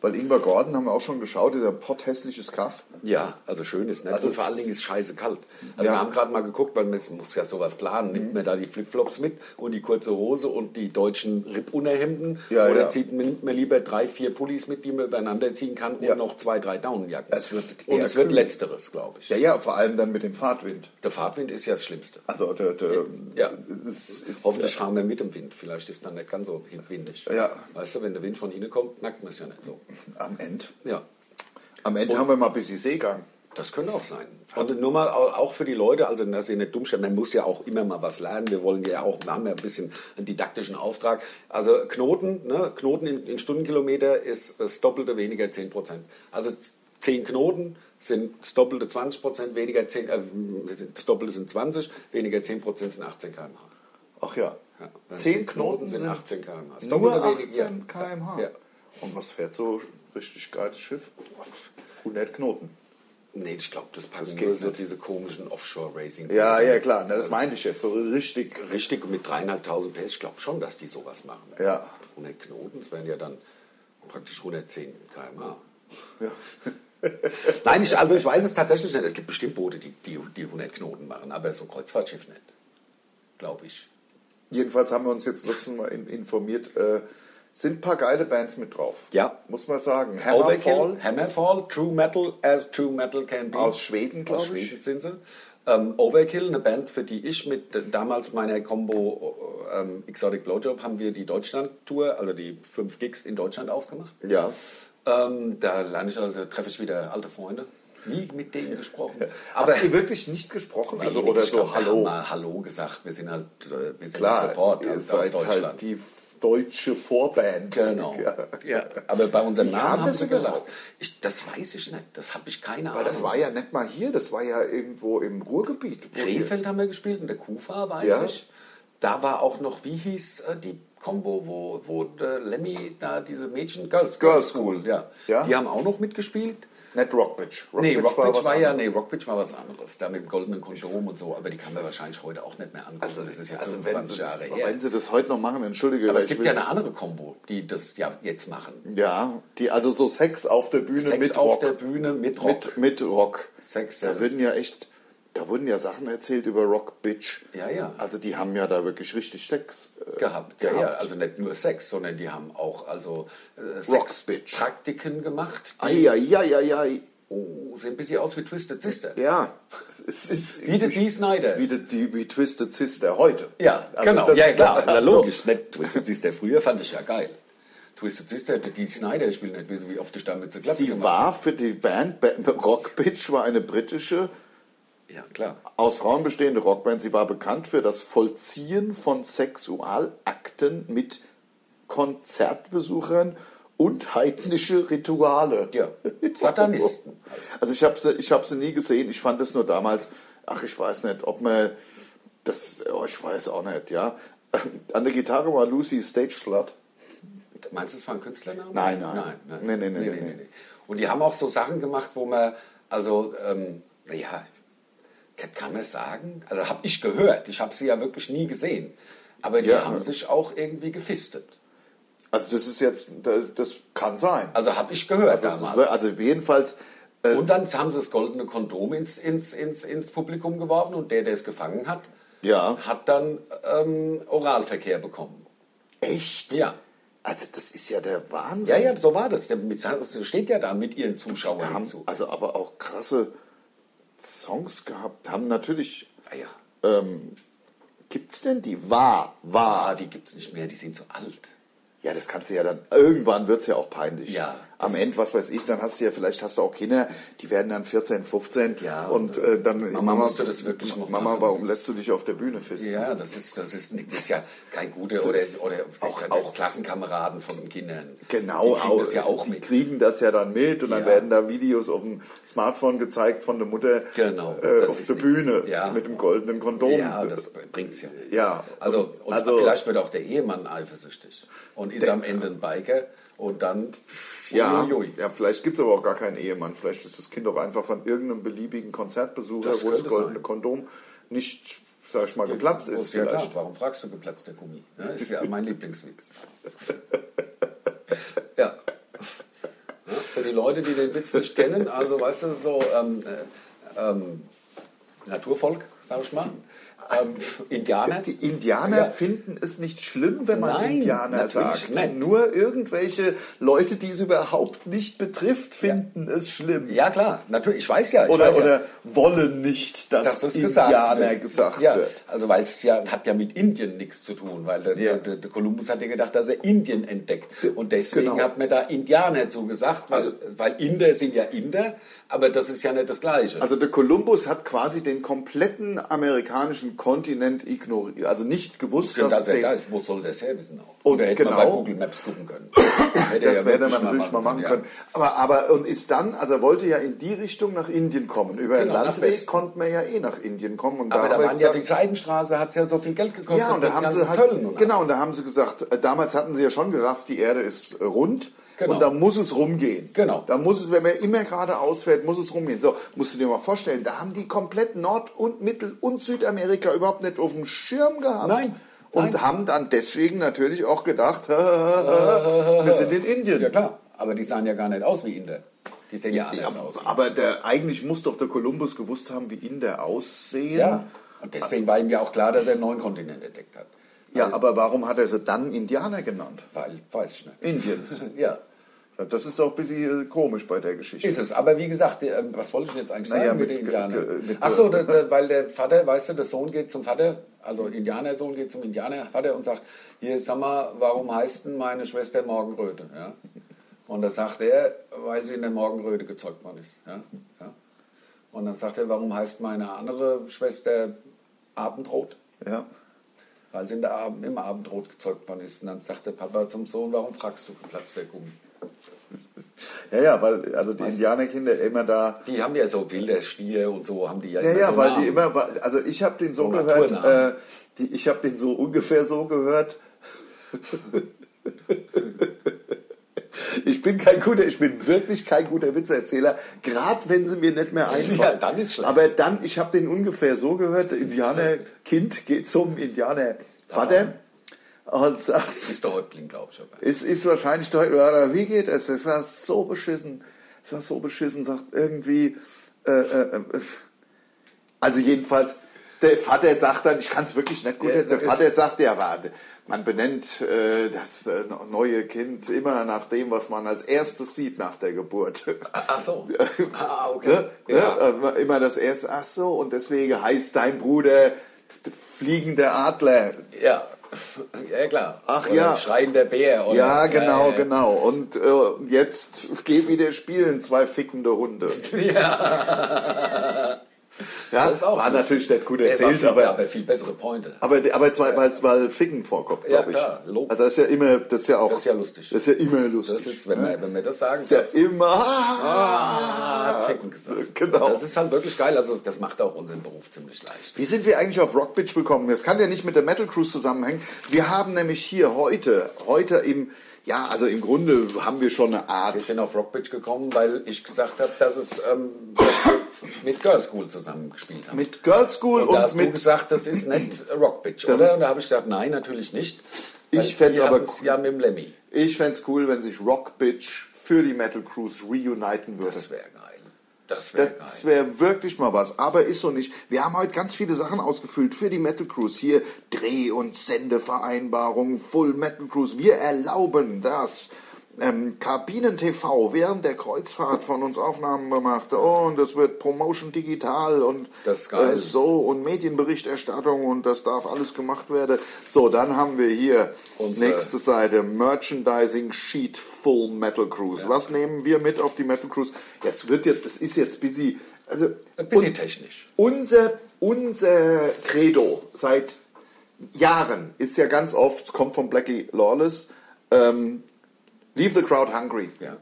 Weil Ingwer Gordon haben wir auch schon geschaut, dieser potthässliches Kaff. Ja, also schön ist nett. Also Also und vor es- allen Dingen ist scheiße kalt. Also Ja. Mhm. wir haben gerade mal geguckt, weil man muss ja sowas planen. Nimmt man da die Flipflops mit und die kurze Hose und die deutschen Rippunterhemden? Ja, oder ja. zieht man, nimmt man lieber drei, vier Pullis mit, die man übereinander ziehen kann und Ja. noch zwei, drei Daunenjacken? Es wird und eher es wird kühl. letzteres, glaube ich. Ja, ja, vor allem dann mit dem Fahrtwind. Der Fahrtwind ist ja das Schlimmste. Also, der, der, Ja. es ist, Hoffentlich fahren wir mit dem Wind. Vielleicht ist dann nicht ganz so windig. Ja. Weißt du, wenn der Wind von innen kommt, nackt man es ja nicht so. am Ende. Ja. Am Ende haben wir mal ein bisschen Seegang. Das könnte auch sein. Und nur mal au- auch für die Leute, also dass ihr nicht dumm seid, man muss ja auch immer mal was lernen. Wir wollen ja auch, wir haben ja ein bisschen einen didaktischen Auftrag. Also Knoten, ne? Knoten in, in Stundenkilometer ist das Doppelte weniger 10 Prozent. Also 10 Knoten sind das Doppelte 20 Prozent, weniger 10, äh, das Doppelte sind 20, weniger 10 Prozent sind 18 km/h. Ach ja. Ja, dann Zehn sind Knoten Knoten sind sind 18 km/h. Das Nur Doppelte weniger. 18 km/h. Ja. Und was fährt so ein richtig geiles Schiff? 100 Knoten. Nee, ich glaube, das packen geht nur so nicht. diese komischen Also, Offshore-Racing. Ja, Also- ja, klar. Na, das meinte ich jetzt. So richtig. richtig mit dreieinhalbtausend PS, ich glaube schon, dass die sowas machen. Ja. 100 Knoten, das wären ja dann praktisch 110 km/h. Nein, ich, also ich weiß es tatsächlich nicht. Es gibt bestimmt Boote, die, die, die 100 Knoten machen, aber so ein Kreuzfahrtschiff nicht. Glaube ich. Jedenfalls haben wir uns jetzt letztens mal in, informiert. Äh, sind ein paar geile Bands mit drauf. Ja. Muss man sagen. Overkill, Hammerfall, True Metal, as True Metal can be. Aus Schweden, glaub Aus ich. Schweden sind sie. Ähm, Overkill, eine Band, für die ich mit äh, damals meiner Combo äh, ähm, Exotic Blowjob haben wir die Deutschland-Tour, also die fünf Gigs in Deutschland aufgemacht. Ja. Ähm, da lerne ich also, treffe ich wieder alte Freunde. Nie mit denen gesprochen. Aber ihr wirklich nicht gesprochen? Also, Wenig, oder ich so, glaub, wir haben hallo. Mal Hallo gesagt. Wir sind halt, äh, wir sind Klar, Support ihr aus seid Deutschland. halt die deutsche Vorband. Genau. Ja. Ja. Aber bei unserem Wie Namen kam haben das sie gelacht. überhaupt? Ich, das weiß ich nicht. Das habe ich keine Ahnung. Weil das war ja nicht mal hier, das war ja irgendwo im Ruhrgebiet. wo ihr- Krefeld haben wir gespielt, in der Kufa, weiß Ja. ich. Da war auch noch, wie hieß äh, die Combo, wo, wo der Lemmy da diese Mädchen, Girls, Girls School. ja. Ja. Die haben auch noch mitgespielt. Nicht Rockbitch. Nee, Rockbitch war, was ja, anderes. nee, Rockbitch war was anderes. Da mit dem goldenen Kondom und so, aber die kann man wahrscheinlich heute auch nicht mehr angucken. Also, das ist ja also wenn, 25 sie das, Jahre her. wenn sie das heute noch machen, entschuldige. Aber es ich gibt ja eine will's- andere Combo, die das ja jetzt machen. Ja, die, also so Sex auf der Bühne Sex mit auf Rock. der Bühne mit Rock. Mit, mit Rock. Sex, da Service. würden ja echt, da wurden ja Sachen erzählt über Rockbitch. Ja, ja. Also die haben ja da wirklich richtig Sex äh, gehabt. Ja, ja, also nicht nur Sex, sondern die haben auch also äh, Rockbitch. Sexpraktiken gemacht. Die, Eieieiei. oh, sehen ein bisschen aus wie Twisted Sister. Ja. Es ist, es ist Wie der Dee Snider. Wie die, die wie Twisted Sister heute. Ja, Also genau. das- ja, klar, na, also- logisch. Nicht Twisted Sister früher fand ich ja geil. Twisted Sister, der Dee Snider, ich will nicht wissen, wie oft ich damit zu klappen Also, Sie gemacht war für die Band, Band Rockbitch war eine britische, habe. Ja, klar. aus Frauen bestehende Rockband. Sie war bekannt für das Vollziehen von Sexualakten mit Konzertbesuchern und heidnische Rituale. Ja, Satanisten. Also ich habe sie, ich hab sie nie gesehen. Ich fand das nur damals, ach, ich weiß nicht, ob man das, oh, ich weiß auch nicht, ja. An der Gitarre war Lucy Stage Slut. Meinst du, es war ein Künstlername? Nein, nein. nein, nein. Nee, nee, nee, nee, nee. Und die haben auch so Sachen gemacht, wo man, also, ähm, ja, kann, kann man es sagen? Also, habe ich gehört. Ich habe sie ja wirklich nie gesehen. Aber die Ja. haben sich auch irgendwie gefistet. Also das ist jetzt, das kann sein. Also, habe ich gehört Also, es ist, damals. also jedenfalls, äh, und dann haben sie das goldene Kondom ins, ins, ins, ins Publikum geworfen und der, der es gefangen hat, Ja. hat dann ähm, Oralverkehr bekommen. echt? Ja. Also das ist ja der Wahnsinn. Ja, ja, so war das. Der mit, das steht ja da mit ihren Zuschauern haben hinzu. also aber auch krasse Songs gehabt, haben natürlich Ah, ja. ähm, Gibt's denn die? War, war. Ah, die gibt's nicht mehr, die sind zu alt. Ja, das kannst du ja dann, irgendwann wird's ja auch peinlich. Ja. Am Ende, was weiß ich, dann hast du ja, vielleicht hast du auch Kinder, die werden dann 14, 15. Ja, Und oder- äh, dann, Mama, musst du das wirklich auch Mama, machen? warum lässt du dich auf der Bühne fest? Ja, das ist, das ist, das ist ja kein guter Das oder, ist oder auch- auch, auch- Klassenkameraden von den Kindern. Genau, die kriegen das ja auch die mit. kriegen das ja dann mit und dann Ja. werden da Videos auf dem Smartphone gezeigt von der Mutter Genau, äh, das auf ist der nix. Bühne Ja. mit dem goldenen Kondom. Ja, das bringt's ja. Ja. Also, und Also- vielleicht wird auch der Ehemann eifersüchtig und ist am Ende ein Biker und dann. ja, Uiuiui. ja, vielleicht gibt es aber auch gar keinen Ehemann. Vielleicht ist das Kind auch einfach von irgendeinem beliebigen Konzertbesucher, Das wo das könnte goldene sein. Kondom nicht, sag ich mal, geplatzt Oh, ist. ja klar. vielleicht. Warum fragst du geplatzt der Gummi? Ja, ist ja mein Lieblingswitz. ja. ja. Für die Leute, die den Witz nicht kennen, also weißt du, so ähm, äh, ähm, Naturvolk, sag ich mal. Ähm, Indianer. Die Indianer Ja. finden es nicht schlimm, wenn man Nein, Indianer natürlich sagt. nicht. Nur irgendwelche Leute, die es überhaupt nicht betrifft, finden es schlimm. Ja klar, natürlich, ich weiß ja. Ich oder, weiß ja. oder wollen nicht, dass, dass das Indianer gesagt wird. gesagt ja, wird. Also weil es ja hat ja mit Indien nichts zu tun, weil der, Ja. der, der Kolumbus hat ja gedacht, dass er Indien entdeckt und deswegen genau. hat man da Indianer zugesagt, weil, Also- weil Inder sind ja Inder, aber das ist ja nicht das Gleiche. Also der Kolumbus hat quasi den kompletten amerikanischen Kontinent ignoriert, also nicht gewusst, das dass es das den, da ist, wo soll das her wissen auch? Und Oder hätte man bei genau- Google Maps gucken können. Hätte das er wäre wirklich dann natürlich mal machen können. Aber, aber und ist dann, also er wollte ja in die Richtung nach Indien kommen. Über Genau, den nach Landweg Westen. konnte man ja eh nach Indien kommen. Und Ja. Aber haben da wir waren ja gesagt, die Seidenstraße, hat es ja so viel Geld gekostet. Ja, und da mit haben ganzen sie halt, Zöllen und genau, und alles. da haben sie gesagt, äh, damals hatten sie ja schon gerafft, die Erde ist äh, rund Genau. und da muss es rumgehen. Genau. Da muss es, wenn man immer geradeaus fährt, muss es rumgehen. So, musst du dir mal vorstellen, da haben die komplett Nord- und Mittel- und Südamerika überhaupt nicht auf dem Schirm gehabt. Nein, Und nein. haben dann deswegen natürlich auch gedacht, wir sind in Indien. Ja klar, aber die sahen ja gar nicht aus wie Inder. Die sehen ja, anders aus. Aber der, eigentlich muss doch der Kolumbus gewusst haben, wie Inder aussehen. Ja. Und deswegen war ihm ja auch klar, dass er einen neuen Kontinent entdeckt hat. ja, aber warum hat er sie dann Indianer genannt? Weil, weiß ich nicht. Indiens. Ja, Das ist doch ein bisschen äh, komisch bei der Geschichte. ist es. Aber wie gesagt, äh, was wollte ich denn jetzt eigentlich Naja, sagen mit, mit- den Indianern? mit- Ach so, da- da- weil der Vater, weißt du, der Sohn geht zum Vater, also Indianersohn geht zum Indianervater und sagt, hier, sag mal, warum heißt denn meine Schwester Morgenröte? Ja? Und dann sagt er, weil sie in der Morgenröte gezeugt worden ist. Ja? Ja? Und dann sagt er, warum heißt meine andere Schwester Abendrot? Ja. weil sie in der Abend, im Abendrot gezeugt worden ist. Und dann sagt der Papa zum Sohn, warum fragst du geplatzt der Gummi? ja, ja, weil also die Indianerkinder immer da. Die haben ja so wilder Stier und so, haben die ja Ja, immer ja, so weil Namen. die immer, weil- also ich habe den so, So gehört, Naturnamen. äh, die, ich habe den so ungefähr so gehört. Ich bin kein guter, ich bin wirklich kein guter Witzerzähler, gerade wenn sie mir nicht mehr einfallen. Ja, dann ist schlecht. Aber dann, ich habe den ungefähr so gehört, der Indianerkind geht zum Indianervater und sagt, ist der Häuptling, glaube ich. Aber. Es ist wahrscheinlich deutlich, oder wie geht es? Es war so beschissen. Es war so beschissen, sagt irgendwie. Äh, äh, äh, also jedenfalls, der Vater sagt dann, ich kann es wirklich nicht gut. Ja, der ist- Vater sagt ja, warte, man benennt äh, das äh, neue Kind immer nach dem, was man als erstes sieht nach der Geburt. Ach so. Ah, okay. Ne? Ja. Ne? Äh, Immer das erste, ach so, und deswegen heißt dein Bruder fliegender Adler. Ja. ja, klar. Ach oder ja. Schreiender Bär. Oder, Ja, genau, ja, genau. Und äh, jetzt geh wieder spielen, zwei fickende Hunde. Ja. Ja, Das ist auch war gut. natürlich nicht gut Der war erzählt, viel, aber, aber viel bessere Pointe. aber, aber zwei, weil, weil Ficken vorkommt, Ja, glaube ich. klar, logisch. also das ist ja immer, das ist ja auch, Das ist ja lustig. Das ist ja immer lustig. Das ist, Ah. wenn wir, wenn wir das sagen, Das ist ja immer. Ah. hat Ficken gesagt. Genau. Das ist halt wirklich geil. Also das macht auch unseren Beruf ziemlich leicht. Wie sind wir eigentlich auf Rockbitch gekommen? Das kann ja nicht mit der Metal Cruise zusammenhängen. Wir haben nämlich hier heute, heute im, ja, also im Grunde haben wir schon eine Art. Wir sind auf Rockbitch gekommen, weil ich gesagt habe, dass es ähm, dass wir mit Girls School zusammen gespielt haben. Mit Girl School und und, da hast du mit gesagt, das ist nicht Rockbitch, Das oder? ist- Und da habe ich gesagt, nein, natürlich nicht. Ich Weil fänd's die aber hatten's cool. ja mit dem Lemmy. Ich fänd's cool, wenn sich Rock Bitch für die Metal Cruise reuniten würde. Das wäre geil. Das wäre Das geil. wäre wirklich mal was, aber ist so nicht. Wir haben heute ganz viele Sachen ausgefüllt für die Metal Cruise. Hier Dreh- und Sendevereinbarung, Full Metal Cruise. Wir erlauben das. ähm, Kabinen-TV während der Kreuzfahrt von uns Aufnahmen gemacht. Oh, und das wird Promotion digital und Das ist geil. Äh, so und Medienberichterstattung und das darf alles gemacht werden. So, dann haben wir hier Unsere- nächste Seite Merchandising Sheet Full Metal Cruise. Was nehmen wir mit auf die Metal Cruise? Ja, es wird jetzt, es ist jetzt busy. Also Ein bisschen technisch. unser, unser Credo seit Jahren ist ja ganz oft, es kommt von Blackie Lawless, ähm, Leave the crowd hungry. Ja.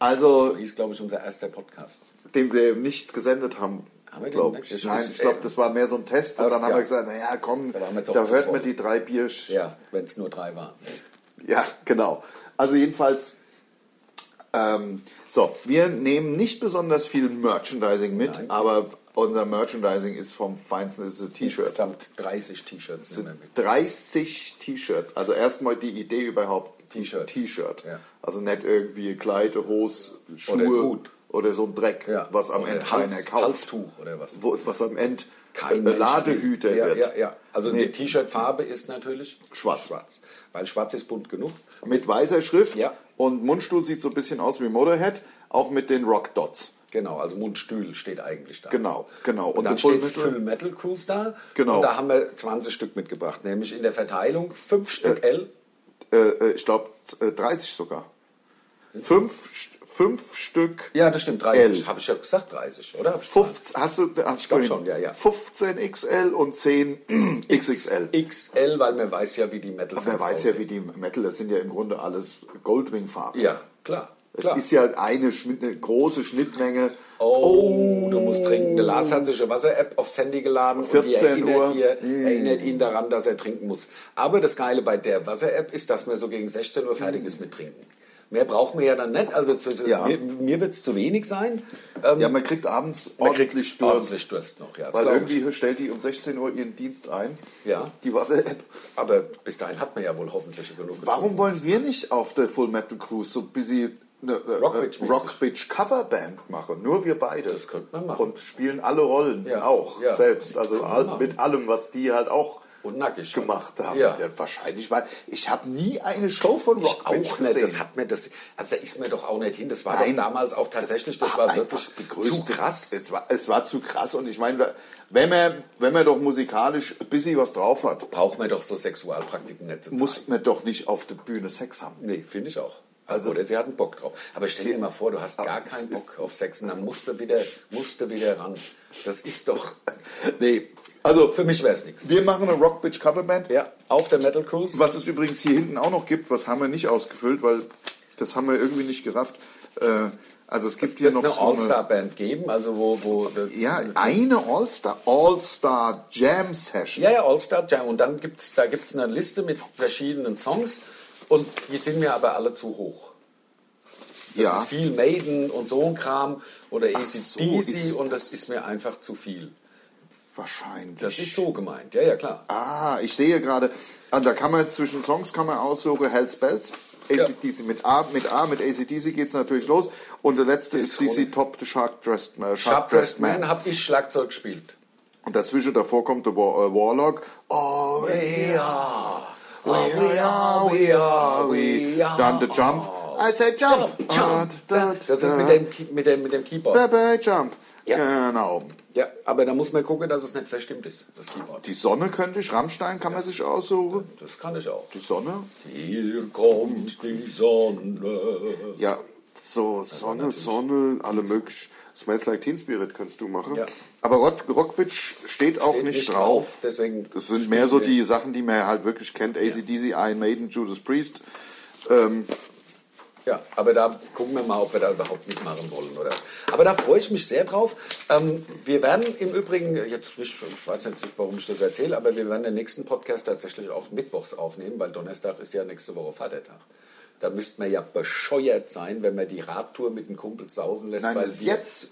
Also, Das hieß, glaube ich, unser erster Podcast. den wir nicht gesendet haben, Haben wir den glaube nicht? ich. Das Nein, ist- ich glaube, das war mehr so ein Test. Und Also, dann haben ja. wir gesagt, naja, komm, Da waren wir doch da zu hört voll. man die drei Bier. Ja, Ja, wenn es nur drei waren. genau. Also jedenfalls, ähm, so, wir nehmen nicht besonders viel Merchandising mit, aber unser Merchandising ist vom Feinsten, es ist ein T-Shirt. Insgesamt 30 T-Shirts nehmen wir mit. 30 T-Shirts. Also erstmal die Idee überhaupt. T-Shirt. T-Shirt. Ja. Also nicht irgendwie Kleid, Hose, Schuhe Oder ein Hut. oder so ein Dreck, was am Oder Ende Hals- keiner kauft. Halstuch oder was. Wo, was am Ende Kein äh, Mensch Ladehüter will. ja, wird. Ja, ja. Also Nee. die T-Shirt-Farbe ist natürlich Schwarz. schwarz. Weil schwarz ist bunt genug. Mit weißer Schrift Ja. und Mundstuhl sieht so ein bisschen aus wie Motorhead, auch mit den Rock Dots. Genau, also Mundstühl steht eigentlich da. Genau, genau. Und, Und dann der Full steht Metal- Full Metal Cruise da. Genau. Und da haben wir 20 Stück mitgebracht, nämlich in der Verteilung 5 Stück L. Äh, äh, ich glaube 30 sogar. Fünf, St- fünf Stück. Mhm. Ja, das stimmt, 30. L. Habe ich ja gesagt, 30, oder? Hab ich 15, hast du, hast ich glaub schon, ja, ja. 15 XL und 10 XXL. gesagt. XL, weil man weiß ja, wie die metal Wer weiß ja, wie die Metal, das sind ja im Grunde alles Goldwing-Farben. Ja, klar. Es klar. ist ja eine, Schnitt, eine große Schnittmenge. Oh, du musst trinken. Der Lars hat sich eine Wasser-App aufs Handy geladen und die 14 erinnert, Uhr. Mm. Ihr, erinnert ihn daran, dass er trinken muss. Aber das Geile bei der Wasser-App ist, dass man so gegen 16 Uhr fertig ist mit Trinken. Mehr braucht man ja dann nicht. Also zu, zu- Mm. Ja. mir, mir wird es zu wenig sein. Ähm, Ja, man kriegt abends man kriegt ordentlich Durst. ordentlich Durst noch. Ja, das Weil glaub irgendwie stellt die um 16 Uhr ihren Dienst ein. Ja. Die Wasser-App. ich. Aber bis dahin hat man ja wohl hoffentlich genug. getrunken. Warum wollen wir nicht auf der Full Metal Cruise so busy eine äh, Rockbitch-mäßig. Rockbitch Coverband machen? Nur wir beide. Das könnte man machen. Und spielen alle Rollen Ja, auch ja. selbst. Also Kann man all, machen. mit allem, was die halt auch Und nackig. gemacht haben. Ja. wahrscheinlich, weil ich habe nie eine Show von Ich auch Rockbitch nicht. gesehen. Das hat mir das, also da ist mir doch auch nicht hin. Das war Nein. doch damals auch tatsächlich, das, war einfach wirklich die größte- zu krass. Es war, es war zu krass und ich meine, wenn man, wenn man doch musikalisch ein bisschen was drauf hat, Braucht man doch so Sexualpraktiken nicht zu zeigen. muss man doch nicht auf der Bühne Sex haben. Nee, finde ich auch. Also, Oder sie hatten Bock drauf. Aber stell dir mal vor, du Ah, hast gar keinen Bock auf Sex und dann musst du wieder, musst du wieder ran. Das ist doch. Nee, also Für mich wäre es nichts. wir machen eine Rockbitch Coverband. Ja, auf der Metal Cruise. Was es übrigens hier hinten auch noch gibt, was haben wir nicht ausgefüllt, weil das haben wir irgendwie nicht gerafft. Äh, also es gibt hier noch eine so eine, All-Star-Band geben, also wo. wo ja, eine All-Star All-Star Jam Session. ja, ja, All-Star Jam. Und dann gibt's, da gibt es eine Liste mit verschiedenen Songs und die sind mir aber alle zu hoch. Das Ja. ist viel Maiden und so ein Kram oder ACDC so ist und das ist mir einfach zu viel. wahrscheinlich. Das ist so gemeint, ja, ja, klar. Ah, ich sehe gerade, ah, da kann man zwischen Songs kann man aussuchen, Hells Bells, ACDC mit A, mit A, mit ACDC geht's natürlich los. Und der letzte ist CC Top, The Shark Dressed, äh, Sharp Dressed Man. habe ich Schlagzeug gespielt. Und dazwischen, davor kommt der War, äh, Warlock. Oh, we are, we Ah, are, we are, we are. Dann der Jump. I say Jump. Ah, da, da, Das ist mit dem, Ki- mit dem, mit dem Keyboard. Baby Jump. Ja. Genau. Ja, aber da muss man gucken, dass es nicht verstimmt ist, das Keyboard. Die Sonne könnte ich, Rammstein kann man sich aussuchen. Das kann ich auch. Die Sonne? Hier kommt die Sonne. Ja, so Sonne, Sonne, alle möglich. Smells Like Teen Spirit kannst du machen. Ja. Aber Rock, Rockbitch steht auch Steht nicht, nicht drauf, drauf. deswegen das sind mehr so wir- die Sachen, die man halt wirklich kennt. ACDC, Iron Maiden, Judas Priest. Ähm, Ja, aber da gucken wir mal, ob wir da überhaupt mitmachen wollen. Oder? Aber da freue ich mich sehr drauf. Ähm, wir werden im Übrigen, jetzt nicht, ich weiß jetzt nicht, warum ich das erzähle, aber wir werden den nächsten Podcast tatsächlich auch mittwochs aufnehmen, weil Donnerstag ist ja nächste Woche Vatertag. Da müsste man ja bescheuert sein, wenn man die Radtour mit den Kumpels sausen lässt. nein, weil bis die- jetzt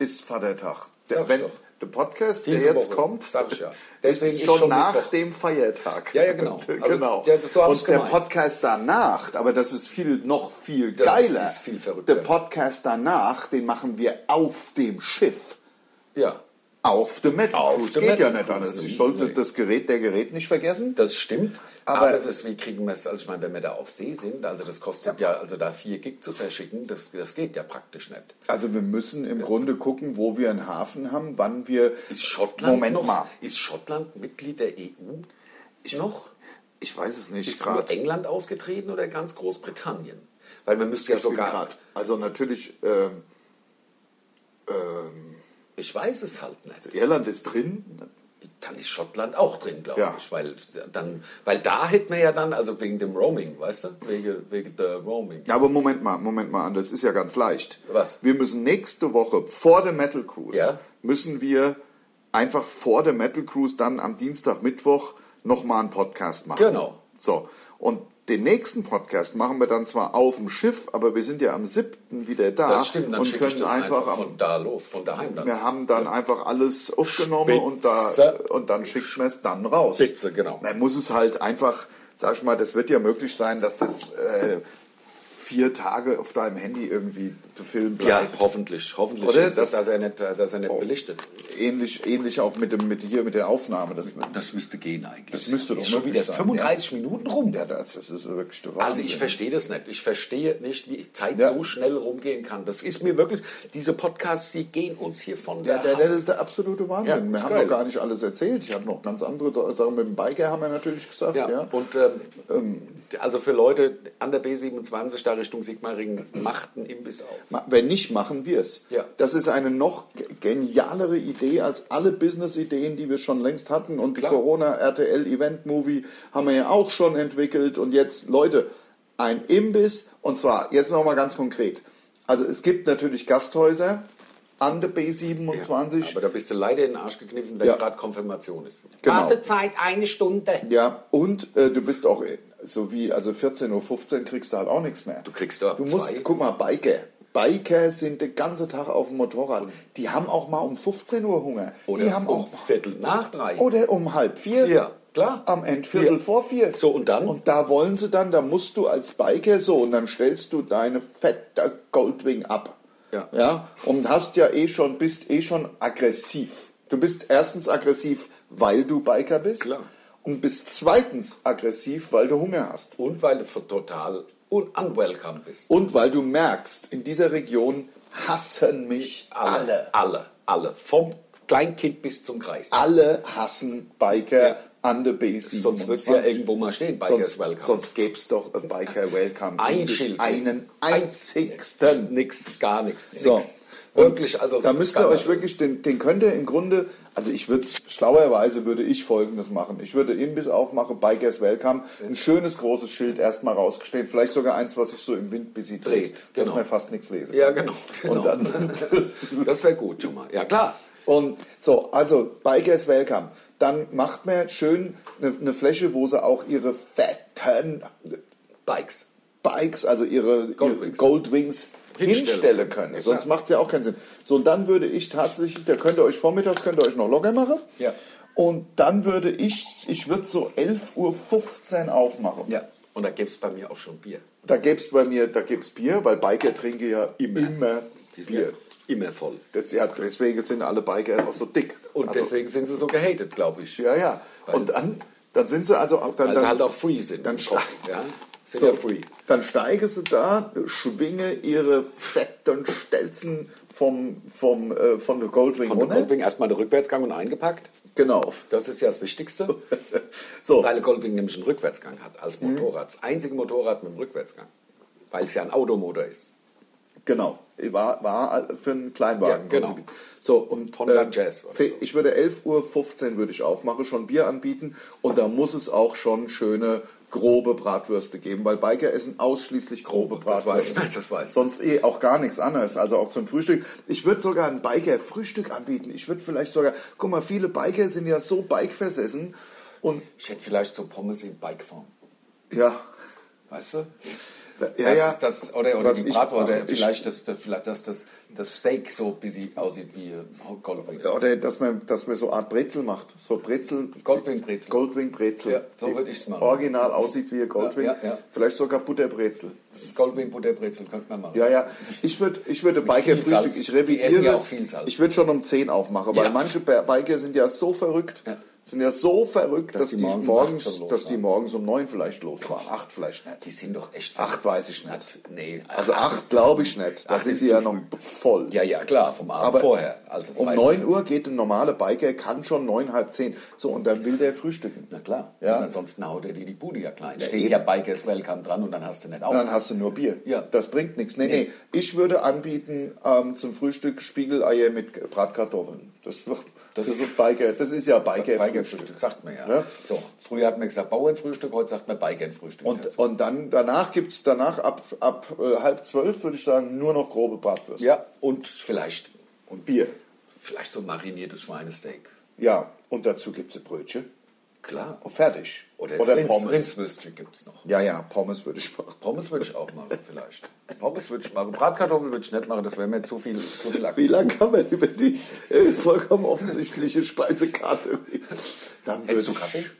ist Vatertag. Sag's Der, wenn, doch. der Podcast, Diese der jetzt Woche, kommt, sag ich ja. Deswegen ist ist schon schon nach Mittwoch. dem Feiertag. Ja, ja, genau. Also, genau. ja, so hab ich's Und der gemeint. Podcast danach, aber das ist viel, noch viel Das geiler. ist viel verrückter. der Podcast danach, den machen wir auf dem Schiff. Ja. Auf dem Metal Auf Cruise. dem Geht Metal ja nicht Cruise. anders. Ich sollte das Gerät, der Gerät nicht vergessen. Das stimmt. Aber- Aber, das, wie kriegen wir es? Also ich meine, wenn wir da auf See sind, also das kostet ja, also da vier Gig zu verschicken, das, das geht ja praktisch nicht. Also wir müssen im Grunde gucken, wo wir einen Hafen haben, wann wir... Ist Schottland Moment noch, mal. Ist Schottland Mitglied der E EU? noch? Ich weiß es nicht Ist nur gerade. England ausgetreten oder ganz Großbritannien? Weil man müsste ja Ich bin sogar. grad- Also natürlich, ähm, ähm, Ich weiß es halt nicht. Irland ist drin. Dann ist Schottland auch drin, glaube Ja. ich. Weil, dann, weil da hätten wir ja dann, also wegen dem Roaming, weißt du? Wegen, wegen der Roaming. Ja, aber Moment mal, Moment mal, das ist ja ganz leicht. Was? Wir müssen nächste Woche vor der Metal Cruise, Ja. müssen wir einfach vor der Metal Cruise dann am Dienstag, Mittwoch nochmal einen Podcast machen. Genau. So, und den nächsten Podcast machen wir dann zwar auf dem Schiff, aber wir sind ja am 7. wieder da Das stimmt, dann und schicke ich können das einfach, einfach, am, von da los, von daheim dann. wir haben dann einfach alles aufgenommen und, da, Spitze. und dann schickt man es dann raus. Spitze, genau. Man muss es halt einfach, sag ich mal, das wird ja möglich sein, dass das äh, vier Tage auf deinem Handy irgendwie zu filmen Ja, bleibt. hoffentlich. Hoffentlich Oder? ist das, Das- dass Oh. er nicht, dass er nicht belichtet. Ähnlich, ähnlich auch mit, dem, mit hier mit der Aufnahme. Das, Das müsste gehen eigentlich. Das müsste doch ist schon möglich wieder sein, 35 Minuten rum. ja, das, das ist wirklich der Wahnsinn. Also ich verstehe das nicht. Ich verstehe nicht, wie Zeit Ja. so schnell rumgehen kann. Das ist mir wirklich, diese Podcasts, die gehen uns hier von der, Ja, der, der, Hand. das ist der absolute Wahnsinn. Ja, wir ist haben geil. noch gar nicht alles erzählt. Ich habe noch ganz andere Sachen mit dem Biker, haben wir natürlich gesagt. Ja. Ja, und ähm, also für Leute an der B27 da Richtung Sigmaringen, macht einen Imbiss auf. Ma- Wenn nicht, machen wir es. Ja. Das ist eine noch g- genialere Idee als alle Business-Ideen, die wir schon längst hatten. Und Klar. die Corona-RTL-Event-Movie haben wir ja auch schon entwickelt. Und jetzt, Leute, ein Imbiss. Und zwar, jetzt nochmal ganz konkret. Also es gibt natürlich Gasthäuser an der B27. Aber da bist du leider in den Arsch gekniffen, wenn Ja. gerade Konfirmation ist. Genau. Wartezeit eine Stunde. Ja, und äh, du bist auch äh, so wie, also 14 Uhr 15 kriegst du halt auch nichts mehr. Du kriegst da Du musst, zwei. guck mal, Biker. Biker sind den ganzen Tag auf dem Motorrad. Die haben auch mal um 15 Uhr Hunger. Oder die haben um auch Viertel nach drei. oder um halb vier. Ja, klar. Am Ende Viertel Ja. vor vier. So, und dann? Und da wollen sie dann, da musst du als Biker so und dann stellst du deine fette Goldwing ab. Ja. ja. Und hast ja eh schon, bist eh schon aggressiv. Du bist erstens aggressiv, weil du Biker bist. Klar. Und bist zweitens aggressiv, weil du Hunger hast. Und weil du für total un unwelcome bist. Und weil du merkst, in dieser Region hassen mich alle. Alle, alle, alle. Vom Kleinkind bis zum Kreis. Alle hassen Biker Ja. an der B27. Sonst wird es ja irgendwo mal stehen, Bikers Sonst, Welcome. sonst gäbe es doch ein Biker Welcome. Ein Gibt es Schild. Einen einzigsten. Nix, gar nichts. So. Nix. Wirklich, also Da müsst ihr skandalös. euch wirklich, den, den könnt ihr im Grunde, also ich würde schlauerweise würde ich folgendes machen. Ich würde Imbiss aufmachen, Bikers Welcome, ein schönes großes Schild erstmal rausgestellt, vielleicht sogar eins, was sich so im Wind bis sie dreht, Dreht, dass genau. man fast nichts lesen Ja, genau. genau. Und dann, das wäre gut schon mal. Ja, klar. Und so, also Bikers Welcome. Dann macht man schön eine, eine Fläche, wo sie auch ihre fetten Bikes. Bikes, also ihre Goldwings, ihre Goldwings. Goldwings Hinstellen. hinstellen können. Ja, Sonst klar. macht es ja auch keinen Sinn. So, und dann würde ich tatsächlich, da könnt ihr euch vormittags, könnt ihr euch noch locker machen. Ja. Und dann würde ich, ich würde so 11.15 Uhr aufmachen. Und da gäbe es bei mir auch schon Bier. Da gäbe es bei mir, da gäbe es Bier, weil Biker trinken ja immer, Die sind Bier. ja immer voll. Das, ja, deswegen sind alle Biker auch so dick. Und Also- deswegen sind sie so gehatet, glaube ich. Ja, ja. Und dann, dann sind sie also auch dann, Weil dann sie halt auch free sind. Dann im Kopf, schlag- ja. Sind so, ja free. Dann steigen sie da, schwinge ihre fetten Stelzen vom, vom, äh, von der Goldwing Von dem runter. Goldwing erstmal der Rückwärtsgang und eingepackt. Genau. Das ist ja das Wichtigste. So. Weil der Goldwing nämlich einen Rückwärtsgang hat als Mhm. Motorrad. Das einzige Motorrad mit einem Rückwärtsgang. Weil es ja ein Automotor ist. Genau. War, war für einen Kleinwagen. Ja, genau. konzipiert. So, und Honda Jazz oder zeh- Ich würde 11.15 Uhr würde ich aufmachen, schon Bier anbieten und da muss es auch schon schöne grobe Bratwürste geben, weil Biker essen ausschließlich grobe Grobe, Oh, das Bratwürste. weiß ich, das weiß ich. Sonst eh auch gar nichts anderes, also auch zum Frühstück. Ich würde sogar ein Biker-Frühstück anbieten. Ich würde vielleicht sogar, guck mal, viele Biker sind ja so bikeversessen und Ich hätte vielleicht so Pommes in Bikeform. ja, Weißt du? Ja, ja. Das, das, oder oder Was die ich Bratwurst, mache, oder ich- vielleicht, das, das, vielleicht das, das, das Steak so ein bisschen aussieht wie äh, Goldring. Oder dass man, dass man so eine Art Brezel macht. So Brezel. Goldwing-Brezel. Goldwing-Brezel. Ja, so Die würd ich's machen. Original aussieht wie ein Goldwing. Ja, ja, ja. Vielleicht sogar Butterbrezel. Goldwing Butterbrezel könnte man machen. Ja, ja. Ich würde ich würde Biker viel Salz. frühstück, ich Die essen revidiere. ja auch viel Salz. Ich würde schon um 10 aufmachen, weil Ja. manche Ba- Biker sind ja so verrückt. Ja. Sind ja so verrückt, dass, die morgens, um acht schon los dass die waren. morgens um 9 vielleicht losfahren. 8 vielleicht nicht. Die sind doch echt. Acht weiß ich nicht. Nee, Also acht ist 8 zu glaube ich früh. nicht. Da Acht sind ist die zu ja früh. noch voll. Ja, ja, klar, vom Abend Aber vorher. Also um zwei 9 Uhr geht ein normaler Biker, kann schon 9, halb 10. So, und dann will der frühstücken. Na klar. Ja. Und ansonsten haut er dir die Bude ja klein. Ja, Steht eben. ja Bikers Welcome dran und dann hast du nicht auf. Dann hast du nur Bier. Ja. Das bringt nichts. Nee, nee, Ich würde anbieten ähm, zum Frühstück Spiegeleier mit Bratkartoffeln. Das, das, ist Biker. Das ist ja Biker. Bikerfrühstück, sagt man ja. Ja. So, früher hat man gesagt Bauernfrühstück, heute sagt man Bikerfrühstück. Und, und dann danach gibt es danach ab, ab äh, halb zwölf würde ich sagen nur noch grobe Bratwürste. ja, und vielleicht, Und Bier. vielleicht so mariniertes Schweinesteak. Ja. Und dazu gibt es Brötchen. Klar. Und fertig. Oder, Rins, Pommes. Rindswürstchen gibt es noch. Ja, ja, Pommes würde ich machen. Pommes würde ich auch machen, vielleicht. Pommes würde ich machen. Bratkartoffeln würde ich nicht machen, das wäre mir zu viel, zu viel Wie Aktion. lange kann man über die äh, vollkommen offensichtliche Speisekarte reden? Dann Hättest würde du Kaffee? ich-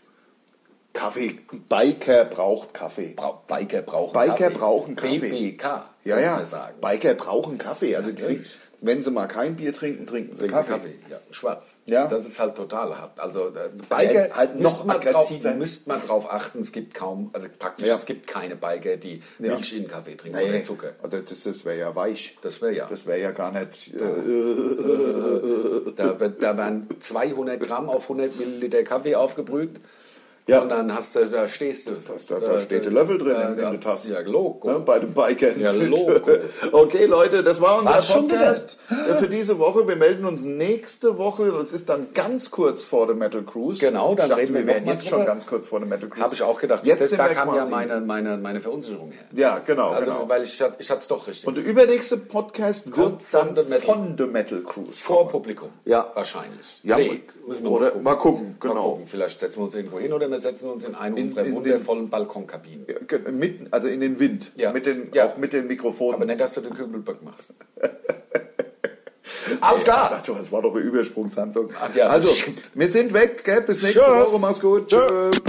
Kaffee. Biker braucht Kaffee. Bra Biker brauchen Biker Kaffee. brauchen Kaffee. BBK, ja, würde ja. man sagen. Biker brauchen Kaffee. Also die Natürlich. trinken- wenn sie mal kein Bier trinken, trinken sie Trinken Kaffee. Kaffee. Ja, schwarz. Ja. Das ist halt total hart. Also äh, Biker halt müsst noch man aggressiver. Drauf, müsste man drauf achten, es gibt kaum, also praktisch, Ja. es gibt keine Biker, die Ja. Milch in den Kaffee trinken Nee, oder Zucker. Oder das das wäre ja weich. Das wäre ja. Das wäre ja gar nicht. Äh, Da, wird- da werden 200 Gramm auf 100 Milliliter Kaffee aufgebrüht. Ja. Und dann hast du, da stehst du. da da steht der Löffel drin in, in ja, der Tasse. Ja, Logo. Ne, bei den Bikern. Ja, Logo. Okay, Leute, das war unser War's schon Podcast äh, für diese Woche. Wir melden uns nächste Woche. Das ist dann ganz kurz vor der Metal Cruise. Genau, dann ich dachte, reden wir wir wären noch mal jetzt drüber. schon ganz kurz vor der Metal Cruise. Habe ich auch gedacht. Jetzt das, sind da wir kam quasi, ja meine, meine, meine Verunsicherung her. Ja, genau. also, genau. weil ich, hat- ich hatte es doch richtig. Und der übernächste Podcast wird Kommt von dann der Metal- von der Metal Cruise. Vor kommen. Publikum. Ja. Wahrscheinlich. Ja, nee, müssen wir oder- mal gucken. mal gucken, genau. Mal gucken. Vielleicht setzen wir uns irgendwo hin oder wir setzen uns in eine unserer in den- wundervollen Balkonkabinen. Ja, ge- Mitten, also in den Wind. Ja. Mit den, Ja. Auch mit den Mikrofonen. Aber nicht, dass du den Kübelböck machst. Alles klar. dachte, das war doch eine Übersprungshandlung. Ach ja, das also, stimmt. wir sind weg, gell? Bis nächste Tschüss. Woche. Mach's gut. Tschüss.